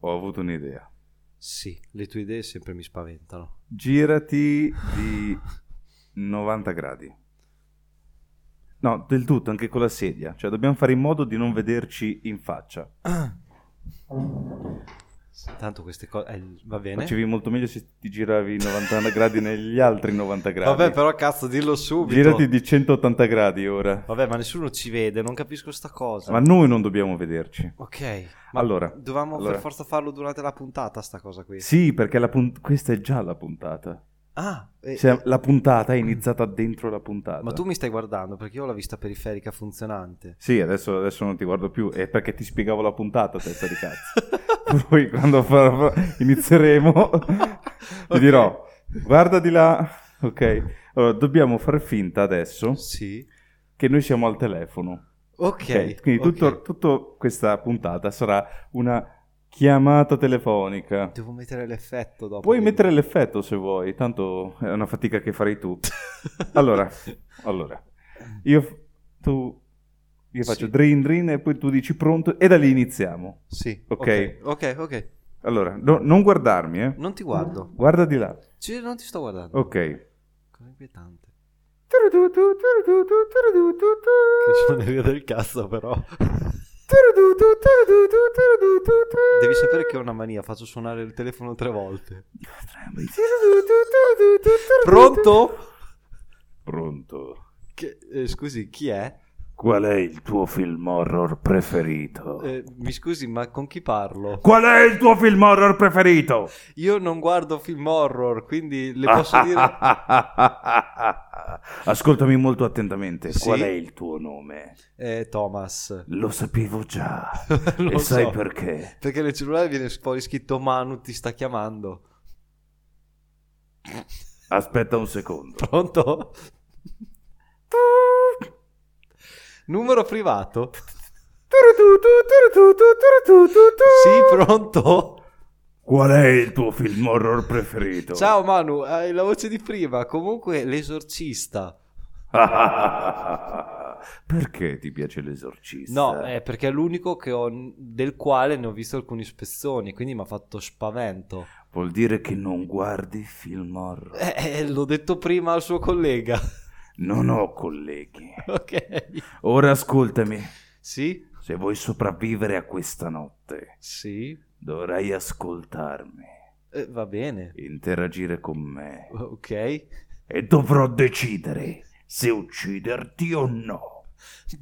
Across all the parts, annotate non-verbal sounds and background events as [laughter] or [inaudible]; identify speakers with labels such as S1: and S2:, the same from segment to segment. S1: Ho avuto un'idea.
S2: Sì, le tue idee sempre mi spaventano.
S1: Girati di 90 gradi. No, del tutto, anche con la sedia. Cioè, dobbiamo fare in modo di non vederci in faccia.
S2: Tanto queste cose... eh, va bene.
S1: Facevi molto meglio se ti giravi 90 gradi negli altri 90 gradi.
S2: Vabbè, però cazzo, dillo subito.
S1: Girati di 180 gradi ora.
S2: Vabbè, ma nessuno ci vede, non capisco sta cosa.
S1: Ma noi non dobbiamo vederci.
S2: Ok.
S1: Allora,
S2: Dovevamo
S1: allora.
S2: per forza farlo durante la puntata, sta cosa qui.
S1: Sì, perché la punt- questa è già la puntata.
S2: Ah, eh,
S1: Cioè, la puntata è iniziata dentro la puntata.
S2: ma tu mi stai guardando perché io ho la vista periferica funzionante.
S1: Sì, adesso, adesso non ti guardo più, è perché ti spiegavo la puntata, testa di cazzo. [laughs] Poi quando fa- fa-
S2: [laughs]
S1: inizieremo ti
S2: Ok.
S1: dirò, guarda di là, ok. Allora, dobbiamo far finta adesso
S2: Sì.
S1: che noi siamo al telefono.
S2: Ok.
S1: Ok, Quindi tutto-
S2: ok.
S1: tutta questa puntata sarà una chiamata telefonica.
S2: Devo mettere l'effetto dopo.
S1: Puoi
S2: quindi.
S1: mettere l'effetto se vuoi, tanto è una fatica che farei tu. Allora, allora, io, f- tu, io faccio
S2: Sì.
S1: drin drin e poi tu dici pronto e da lì iniziamo.
S2: Sì.
S1: Ok.
S2: Ok, ok. ok.
S1: Allora, no- non guardarmi, eh.
S2: Non ti guardo.
S1: Guarda di là.
S2: Ci- non ti sto guardando.
S1: Ok.
S2: Cosa inquietante. Che suoneria del cazzo però. Devi sapere che ho una mania, faccio suonare il telefono tre [laughs] volte. Pronto?
S1: Pronto.
S2: Che- eh, scusi, chi è?
S1: Qual è il tuo film horror preferito?
S2: Eh, mi scusi, ma con chi parlo?
S1: Qual è il tuo film horror preferito?
S2: Io non guardo film horror, quindi le posso [laughs] dire...
S1: [laughs] Ascoltami molto attentamente.
S2: Sì?
S1: Qual è il tuo nome?
S2: Eh, Thomas.
S1: Lo sapevo già.
S2: [laughs] Lo
S1: e sai
S2: so.
S1: perché?
S2: Perché nel cellulare viene fuori scritto Manu ti sta chiamando.
S1: Aspetta un secondo.
S2: Pronto? Numero privato? Sì, pronto?
S1: Qual è il tuo film horror preferito?
S2: Ciao Manu, hai la voce di prima. Comunque, l'esorcista.
S1: [laughs] perché ti piace l'esorcista?
S2: No, eh. è perché è l'unico che ho, del quale ne ho visto alcuni spezzoni, quindi mi ha fatto spavento.
S1: Vuol dire che non guardi film horror.
S2: Eh, eh, l'ho detto prima al suo collega. [laughs]
S1: Non ho colleghi.
S2: ok.
S1: Ora ascoltami.
S2: Sì?
S1: Se vuoi sopravvivere a questa notte,
S2: Sì?
S1: dovrai ascoltarmi,
S2: Eh, va bene.
S1: interagire con me
S2: Ok.
S1: e dovrò decidere se ucciderti o no.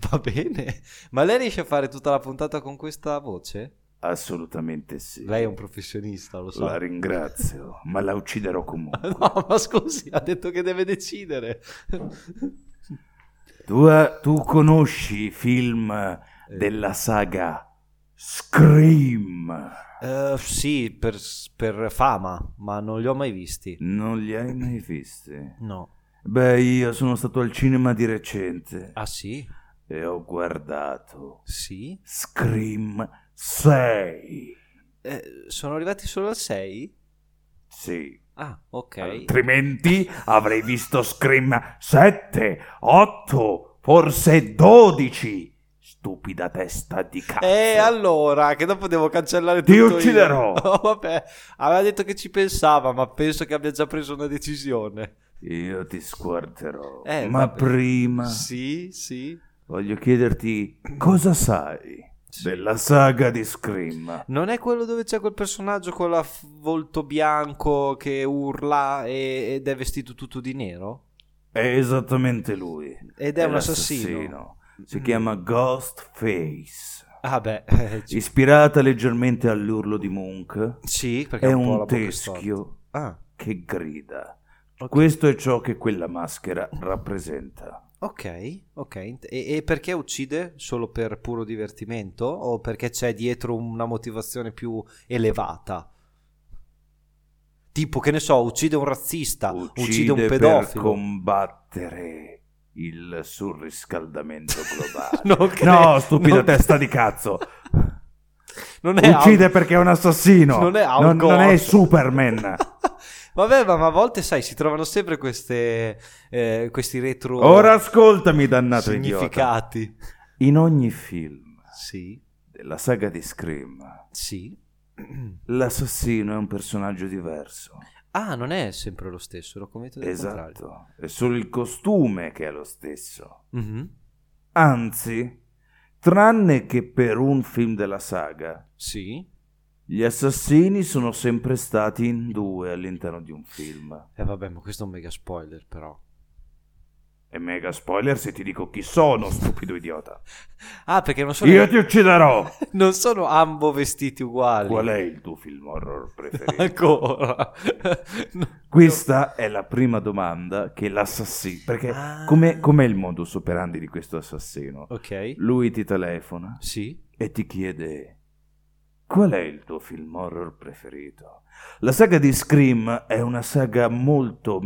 S2: Va bene. Ma lei riesce a fare tutta la puntata con questa voce?
S1: Assolutamente sì.
S2: Lei è un professionista, lo so.
S1: La ringrazio, ma la ucciderò comunque.
S2: [laughs] No, ma scusi, ha detto che deve decidere.
S1: Tu, eh, tu conosci i film eh, della saga Scream?
S2: Eh, sì, per, per fama, ma non li ho mai visti.
S1: Non li hai mai visti?
S2: No.
S1: Beh, io sono stato al cinema di recente
S2: Ah sì?
S1: e ho guardato
S2: Sì?
S1: Scream 6.
S2: Eh, sono arrivati solo al 6?
S1: Sì.
S2: Ah, ok.
S1: Altrimenti avrei visto Scream 7, 8, forse 12. Stupida testa di cazzo.
S2: E Eh, allora, che dopo devo cancellare
S1: Ti
S2: tutto io. [laughs]
S1: ucciderò.
S2: Oh, vabbè, aveva detto che ci pensava, ma penso che abbia già preso una decisione.
S1: Io ti squarterò.
S2: Eh,
S1: Ma
S2: vabbè.
S1: prima
S2: Sì, sì.
S1: voglio chiederti cosa sai
S2: Sì.
S1: della saga di Scream.
S2: Non è quello dove c'è quel personaggio con la f- volto bianco che urla e- ed è vestito tutto di nero?
S1: È esattamente lui.
S2: Ed è un assassino. Mm.
S1: l'assassino. Si chiama Ghostface.
S2: Ah beh, [laughs] eh, ci-
S1: Ispirata leggermente all'urlo di Munch,
S2: sì, perché
S1: è
S2: ha un, po'
S1: un
S2: la bocca storta.
S1: teschio
S2: Ah,
S1: che grida.
S2: Ok.
S1: Questo è ciò che quella maschera rappresenta.
S2: ok, ok. E, e perché uccide? Solo per puro divertimento? O perché c'è dietro una motivazione più elevata? Tipo, che ne so, uccide un razzista, uccide, un
S1: per
S2: pedofilo. [laughs]
S1: combattere il
S2: [laughs]
S1: surriscaldamento globale.
S2: Non cre-
S1: no, stupida
S2: non-
S1: testa di cazzo.
S2: [laughs] non è
S1: Uccide perché è un assassino.
S2: Non è Al
S1: non, non
S2: Gore.
S1: è Superman.
S2: [laughs] Vabbè, ma ma a volte, sai, si trovano sempre queste, eh, questi retro
S1: Ora ascoltami, dannato idiota.
S2: significati.
S1: In ogni film
S2: Sì,
S1: della saga di Scream
S2: sì.
S1: l'assassino è un personaggio diverso.
S2: [clears throat] Ah, non è sempre lo stesso, l'ho convinto del contrario.
S1: Esatto, è solo il costume che è lo stesso.
S2: Mhm.
S1: Anzi, tranne che per un film della saga,
S2: Sì.
S1: gli assassini sono sempre stati in due all'interno di un film.
S2: E Eh, vabbè, ma questo è un mega spoiler, però.
S1: E mega spoiler se ti dico chi sono, stupido idiota.
S2: Ah, perché non sono,
S1: Io ti
S2: [laughs]
S1: ucciderò!
S2: non sono ambo vestiti uguali.
S1: Qual è il tuo film horror preferito? [laughs]
S2: Ancora. No.
S1: Questa è la prima domanda che l'assassino... Perché
S2: Ah.
S1: com'è, com'è il modus operandi di questo assassino?
S2: Ok.
S1: Lui ti telefona
S2: Sì.
S1: e ti chiede qual è il tuo film horror preferito. La saga di Scream è una saga molto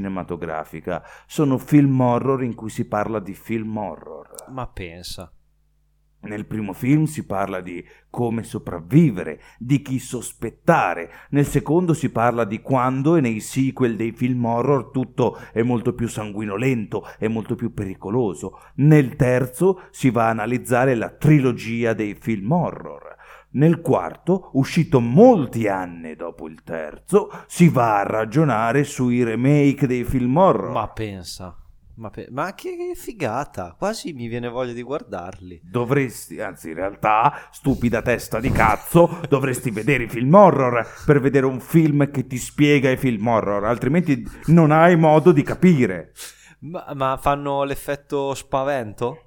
S1: metacinematografica. Sono film horror in cui si parla di film horror.
S2: Ma pensa.
S1: Nel primo film si parla di come sopravvivere, di chi sospettare, nel secondo si parla di quando e nei sequel dei film horror tutto è molto più sanguinolento, è molto più pericoloso, nel terzo si va a analizzare la trilogia dei film horror, nel quarto, uscito molti anni dopo il terzo, si va a ragionare sui remake dei film horror.
S2: Ma pensa. Ma, pe- ma che figata. Quasi mi viene voglia di guardarli.
S1: Dovresti, anzi in realtà, stupida testa di cazzo, dovresti vedere i film horror per vedere un film che ti spiega i film horror, altrimenti non hai modo di capire.
S2: Ma, ma fanno l'effetto spavento?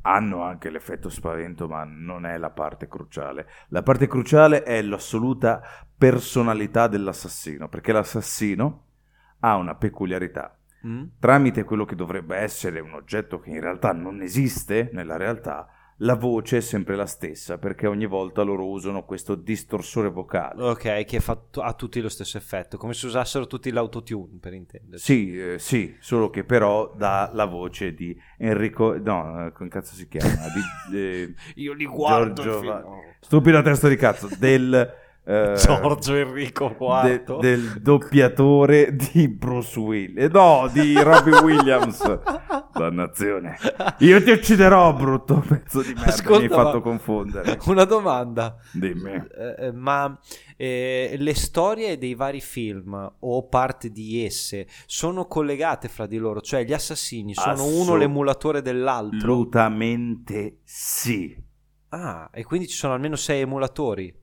S1: Hanno anche l'effetto spavento, ma non è la parte cruciale. La parte cruciale è l'assoluta personalità dell'assassino, perché l'assassino ha una peculiarità.
S2: Mm?
S1: Tramite quello che dovrebbe essere un oggetto che in realtà non esiste nella realtà, la voce è sempre la stessa perché ogni volta loro usano questo distorsore vocale.
S2: Ok, che fa t- ha tutti lo stesso effetto, come se usassero tutti l'autotune per intendersi.
S1: Sì, eh, sì, solo che però dà la voce di Enrico... No, eh, come cazzo si chiama? Di, eh,
S2: [laughs] Io li guardo.
S1: Giorgio
S2: il film.
S1: stupida testa di cazzo, del... eh,
S2: Giorgio Enrico
S1: de-
S2: Quarto.
S1: del doppiatore di Bruce Willis. Eh, No, di Robbie
S2: [laughs]
S1: Williams. Dannazione. Io ti ucciderò, brutto pezzo di merda.
S2: Ascolta,
S1: mi hai fatto
S2: ma-
S1: confondere.
S2: [laughs] Una domanda.
S1: Dimmi.
S2: Eh, eh, ma eh, le storie dei vari film o parte di esse sono collegate fra di loro? Cioè gli assassini sono uno
S1: Assolut-
S2: l'emulatore dell'altro?
S1: Assolutamente sì.
S2: Ah, e quindi ci sono almeno sei emulatori?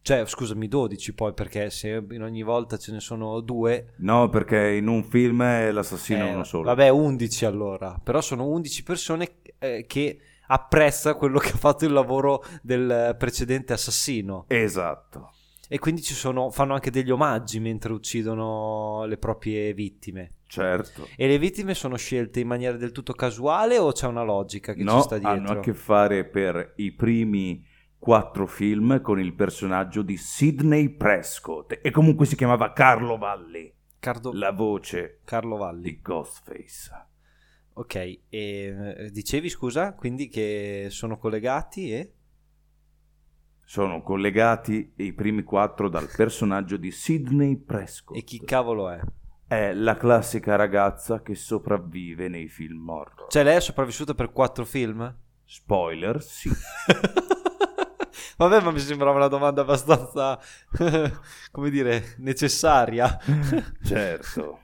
S2: Cioè, scusami, 12 poi, perché se in ogni volta ce ne sono due...
S1: No, perché in un film è l'assassino
S2: Eh,
S1: uno solo.
S2: Vabbè, 11 allora, però sono 11 persone eh, che apprezza quello che ha fatto il lavoro del eh, precedente assassino
S1: Esatto.
S2: e quindi ci sono, fanno anche degli omaggi mentre uccidono le proprie vittime.
S1: Certo.
S2: E le vittime sono scelte in maniera del tutto casuale o c'è una logica che ci
S1: No,
S2: sta dietro?
S1: hanno a che fare per i primi quattro film con il personaggio di Sidney Prescott. E comunque si chiamava Carlo Valli.
S2: Cardo-
S1: La voce
S2: Carlo Valli.
S1: di Ghostface.
S2: Ok, e eh, dicevi scusa, quindi che sono collegati e...
S1: Sono collegati i primi quattro dal personaggio di Sidney Prescott.
S2: e chi cavolo è?
S1: È la classica ragazza che sopravvive nei film horror.
S2: Cioè lei è sopravvissuta per quattro film? [laughs]
S1: Spoiler, sì.
S2: Vabbè, ma mi sembrava una domanda abbastanza, [laughs] come dire, necessaria.
S1: certo.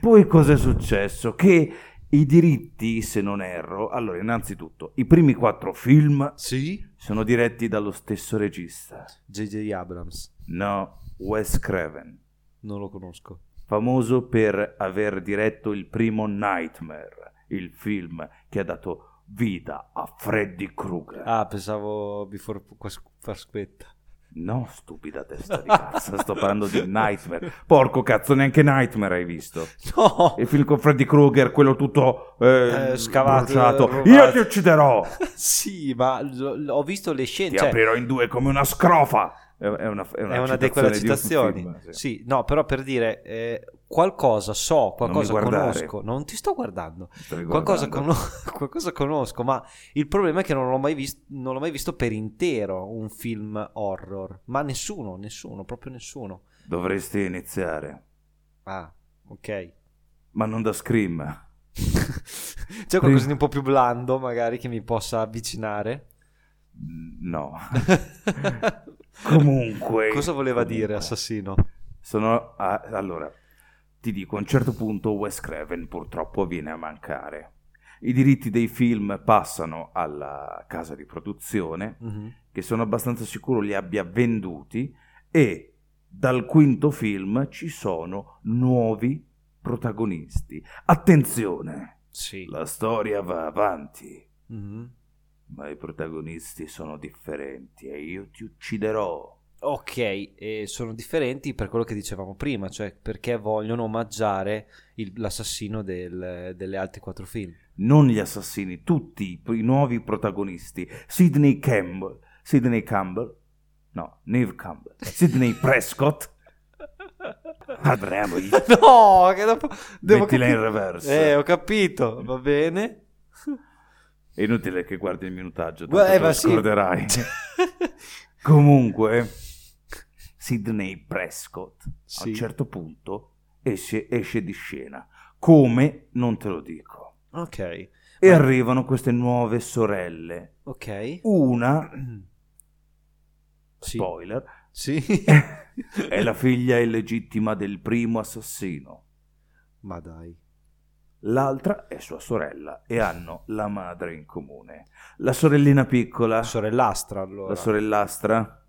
S1: Poi cosa è successo? Che i diritti, se non erro, allora innanzitutto i primi quattro film
S2: Sì?
S1: sono diretti dallo stesso regista.
S2: JJ Abrams,
S1: No, Wes Craven,
S2: non lo conosco.
S1: famoso per aver diretto il primo Nightmare, il film che ha dato vita a Freddy Krueger.
S2: Ah, pensavo Before Quas- Pasquetta. [laughs]
S1: No, stupida testa di cazzo, sto parlando di Nightmare. Porco cazzo, neanche Nightmare hai visto.
S2: No!
S1: Il film con Freddy Krueger, quello tutto eh,
S2: Eh, scavato,
S1: bruciato.
S2: rubato.
S1: Io ti ucciderò!
S2: sì, ma l- l- ho visto le scene,
S1: Ti
S2: Eh, cioè,
S1: aprirò in due come una scrofa! È, è una,
S2: è una di quelle citazioni.
S1: film, sì.
S2: Sì, no, però per dire, eh, qualcosa so, qualcosa
S1: guardare.
S2: conosco. Non ti sto guardando.
S1: Stai
S2: Qualcosa,
S1: guardando.
S2: cono- [laughs] qualcosa conosco, ma il problema è che non l'ho, mai vis- non l'ho mai visto per intero un film horror. Ma nessuno, nessuno, proprio nessuno.
S1: Dovresti iniziare,
S2: Ah, ok. [laughs]
S1: ma non da Scream.
S2: C'è qualcosa di un po' più blando, magari, che mi possa avvicinare?
S1: No. [laughs] Comunque.
S2: [laughs] Cosa voleva dire
S1: comunque.
S2: assassino?
S1: Sono a- allora, ti dico, a un certo punto Wes Craven purtroppo viene a mancare. I diritti dei film passano alla casa di produzione,
S2: Mhm.
S1: che sono abbastanza sicuro li abbia venduti, e dal quinto film ci sono nuovi protagonisti. Attenzione,
S2: Sì.
S1: la storia va avanti,
S2: Mhm.
S1: ma i protagonisti sono differenti e io ti ucciderò.
S2: Ok, e sono differenti per quello che dicevamo prima, cioè perché vogliono omaggiare il- l'assassino del- delle altri quattro film.
S1: non gli assassini, tutti i, i nuovi protagonisti. Sidney Campbell, Sidney Campbell, no, Neve Campbell, Sidney Prescott,
S2: [laughs]
S1: Adriano,
S2: [laughs] No, che dopo devo
S1: mettila in
S2: capi-
S1: reverso.
S2: Eh, ho capito, va bene.
S1: È inutile che guardi il minutaggio, tanto
S2: Gua- eh,
S1: te lo
S2: ma sì.
S1: scorderai. Comunque, Sidney Prescott a
S2: Sì.
S1: un certo punto esce, esce di scena. Come? Non te lo dico.
S2: [laughs] Ok,
S1: E
S2: Ma-
S1: arrivano queste nuove sorelle. [clears throat]
S2: ok.
S1: Una,
S2: Sì.
S1: spoiler,
S2: Sì.
S1: [laughs] è la figlia illegittima del primo assassino.
S2: [laughs] Ma dai.
S1: L'altra è sua sorella e hanno la madre in comune. La sorellina piccola,
S2: La sorellastra allora.
S1: la sorellastra,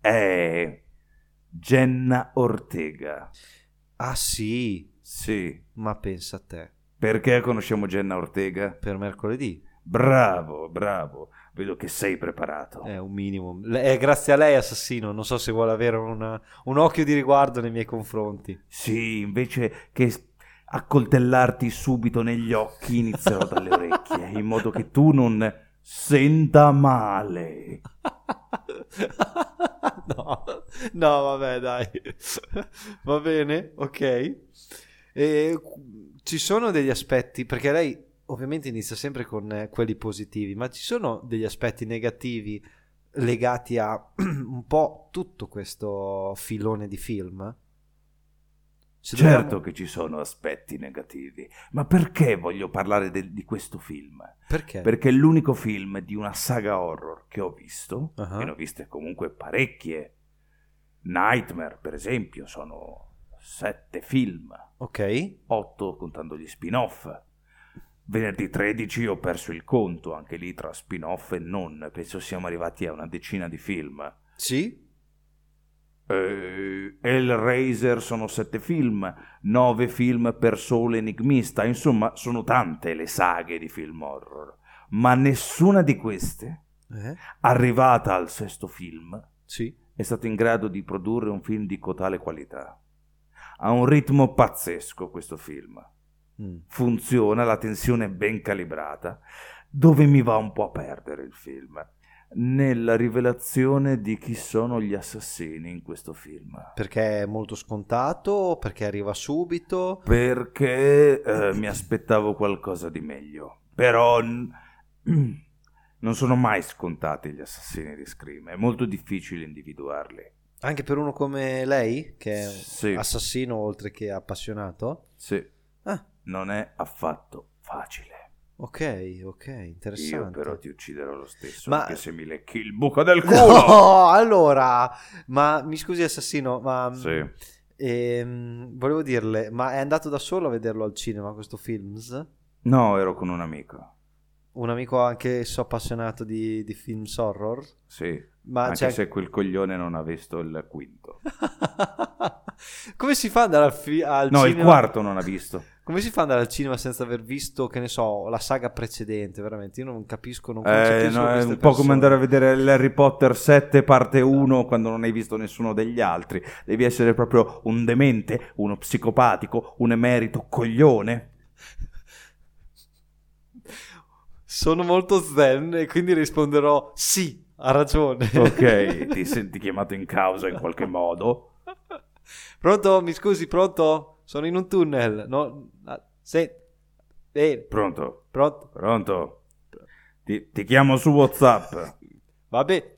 S1: è Jenna Ortega.
S2: Ah sì,
S1: Sì,
S2: ma pensa a te.
S1: perché conosciamo Jenna Ortega?
S2: Per mercoledì
S1: Bravo, bravo, vedo che sei preparato.
S2: è un minimo. Le- è grazie a lei assassino, non so se vuole avere una- un occhio di riguardo nei miei confronti. [laughs]
S1: Sì, invece che accoltellarti subito negli occhi, inizierò dalle orecchie, in modo che tu non senta male.
S2: no, no, vabbè, dai. [laughs] Va bene, ok. E cu- ci sono degli aspetti, perché lei ovviamente inizia sempre con eh, quelli positivi, ma ci sono degli aspetti negativi legati a [clears throat] un po' tutto questo filone di film? Se
S1: Certo
S2: dobbiamo-
S1: che ci sono aspetti negativi, ma perché voglio parlare del- di questo film?
S2: Perché?
S1: Perché è l'unico film di una saga horror che ho visto,
S2: Ah.
S1: e ne ho viste comunque parecchie. Nightmare, per esempio, sono sette film,
S2: Ok,
S1: otto contando gli spin-off. Venerdì 13 ho perso il conto, anche lì tra spin-off e non, penso siamo arrivati a una decina di film.
S2: sì,
S1: Eh, Hellraiser sono sette film, nove film per solo enigmista, insomma sono tante le saghe di film horror, ma nessuna di queste,
S2: eh,
S1: arrivata al sesto film,
S2: sì.
S1: è stata in grado di produrre un film di cotale qualità. Ha un ritmo pazzesco questo film,
S2: Mm.
S1: funziona, la tensione è ben calibrata, dove mi va un po' a perdere il film? Nella rivelazione di chi sono gli assassini in questo film.
S2: Perché è molto scontato, perché arriva subito.
S1: perché eh, mi aspettavo qualcosa di meglio. Però n- [clears throat] non sono mai scontati gli assassini di Scream, è molto difficile individuarli.
S2: Anche per uno come lei, che è un
S1: Sì,
S2: assassino oltre che appassionato.
S1: sì,
S2: Ah,
S1: non è affatto facile.
S2: ok, ok, interessante.
S1: Io però ti ucciderò lo stesso,
S2: Ma-
S1: anche se mi lecchi il buco del culo.
S2: [laughs] No, allora, ma mi scusi assassino, ma mm,
S1: Sì.
S2: ehm, volevo dirle, ma è andato da solo a vederlo al cinema questo film?
S1: No, ero con un amico.
S2: Un amico anche so appassionato di, di film horror?
S1: Sì,
S2: Ma cioè,
S1: anche
S2: c'è-
S1: se quel coglione non ha visto il quinto.
S2: [laughs] Come si fa ad andare al, fi- al
S1: No, il
S2: cinema?
S1: quarto non ha visto.
S2: Come si fa ad andare al cinema senza aver visto, che ne so, la saga precedente? Veramente, io non capisco, non
S1: Eh,
S2: concepisco
S1: no, è
S2: queste
S1: un po' come
S2: persone. [laughs]
S1: andare a vedere l'Harry Potter 7 parte 1 quando non hai visto nessuno degli altri. Devi essere proprio un demente, uno psicopatico, un emerito coglione. [laughs]
S2: Sono molto zen e quindi risponderò sì, ha ragione.
S1: Ok,
S2: [laughs]
S1: ti senti chiamato in causa in qualche modo.
S2: Pronto? Mi scusi, pronto? Sono in un tunnel. No, ah, se... Eh,
S1: Pronto,
S2: pronto?
S1: pronto. Ti, ti chiamo su WhatsApp.
S2: Vabbè.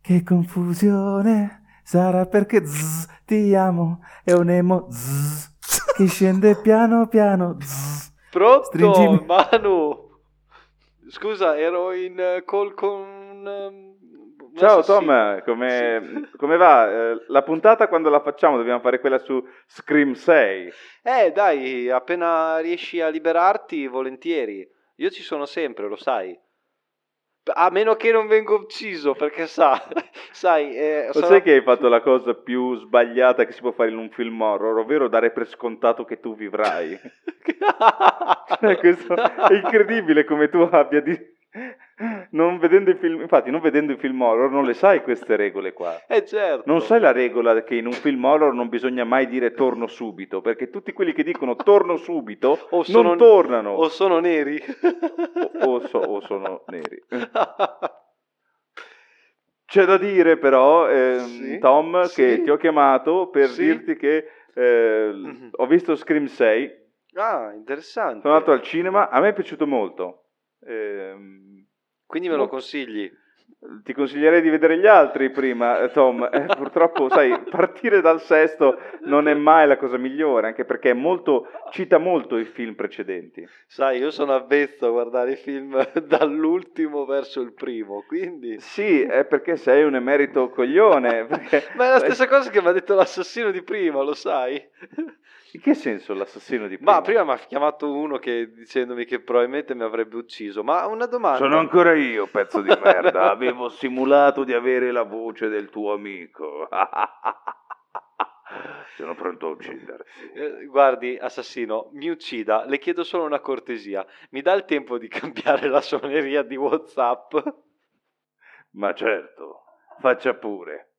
S1: Che confusione sarà perché zzz, ti amo. È un emo zzz, che scende piano piano. Zzz.
S2: Pronto,
S1: Stringimi.
S2: Manu? Scusa, ero in eh, call con un... um, un
S1: Ciao
S2: assassino.
S1: Tom, come, [laughs] come va? Eh, La puntata quando la facciamo? Dobbiamo fare quella su Scream 6.
S2: Eh, dai, appena riesci a liberarti, volentieri. Io ci sono sempre, lo sai. A meno che non vengo ucciso, perché sa, [laughs] sai, eh,
S1: Lo
S2: sarà-
S1: sai
S2: [laughs]
S1: che [laughs] hai fatto la cosa più sbagliata che si può fare in un film horror, ovvero dare per scontato che tu
S2: [laughs]
S1: vivrai. [laughs] Cioè, questo è incredibile come tu abbia di... [laughs] Non vedendo i film, infatti, non vedendo i film horror, non le sai queste regole qua.
S2: Eh certo.
S1: Non sai la regola che in un film horror non bisogna mai dire torno subito, perché tutti quelli che dicono torno subito
S2: O sono-
S1: non tornano
S2: O
S1: o,
S2: sono neri.
S1: o so- o sono neri. C'è da dire però, ehm,
S2: Sì.
S1: Tom,
S2: Sì.
S1: che ti ho chiamato per
S2: Sì.
S1: dirti che eh, l-
S2: Mhm.
S1: ho visto Scream 6,
S2: [laughs] ah, interessante.
S1: sono andato al cinema, a me è piaciuto molto. Ehm,
S2: Quindi me lo
S1: Molto.
S2: consigli.
S1: ti consiglierei di vedere gli altri prima, eh, Tom.
S2: [laughs]
S1: Eh, purtroppo, sai, partire dal sesto non è mai la cosa migliore, anche perché è molto, cita molto i film precedenti.
S2: Sai, io sono avvezzo a guardare i film [laughs] dall'ultimo verso il primo, quindi...
S1: Sì, è perché sei un emerito coglione. perché-
S2: [laughs] Ma è
S3: Eh.
S2: la stessa cosa che mi ha detto l'assassino di prima,
S3: [laughs]
S2: lo sai?
S1: In che senso l'assassino di prima?
S2: Ma prima mi ha chiamato uno che, dicendomi che probabilmente mi avrebbe ucciso. Ma una domanda.
S3: Sono ancora io, pezzo di
S2: [laughs]
S3: merda. Avevo simulato di avere la voce del tuo amico. [laughs] Sono pronto a uccidere.
S2: Eh, Guardi, assassino, mi uccida, le chiedo solo una cortesia. Mi dà il tempo di [laughs] cambiare la suoneria di WhatsApp?
S3: Ma certo, faccia pure.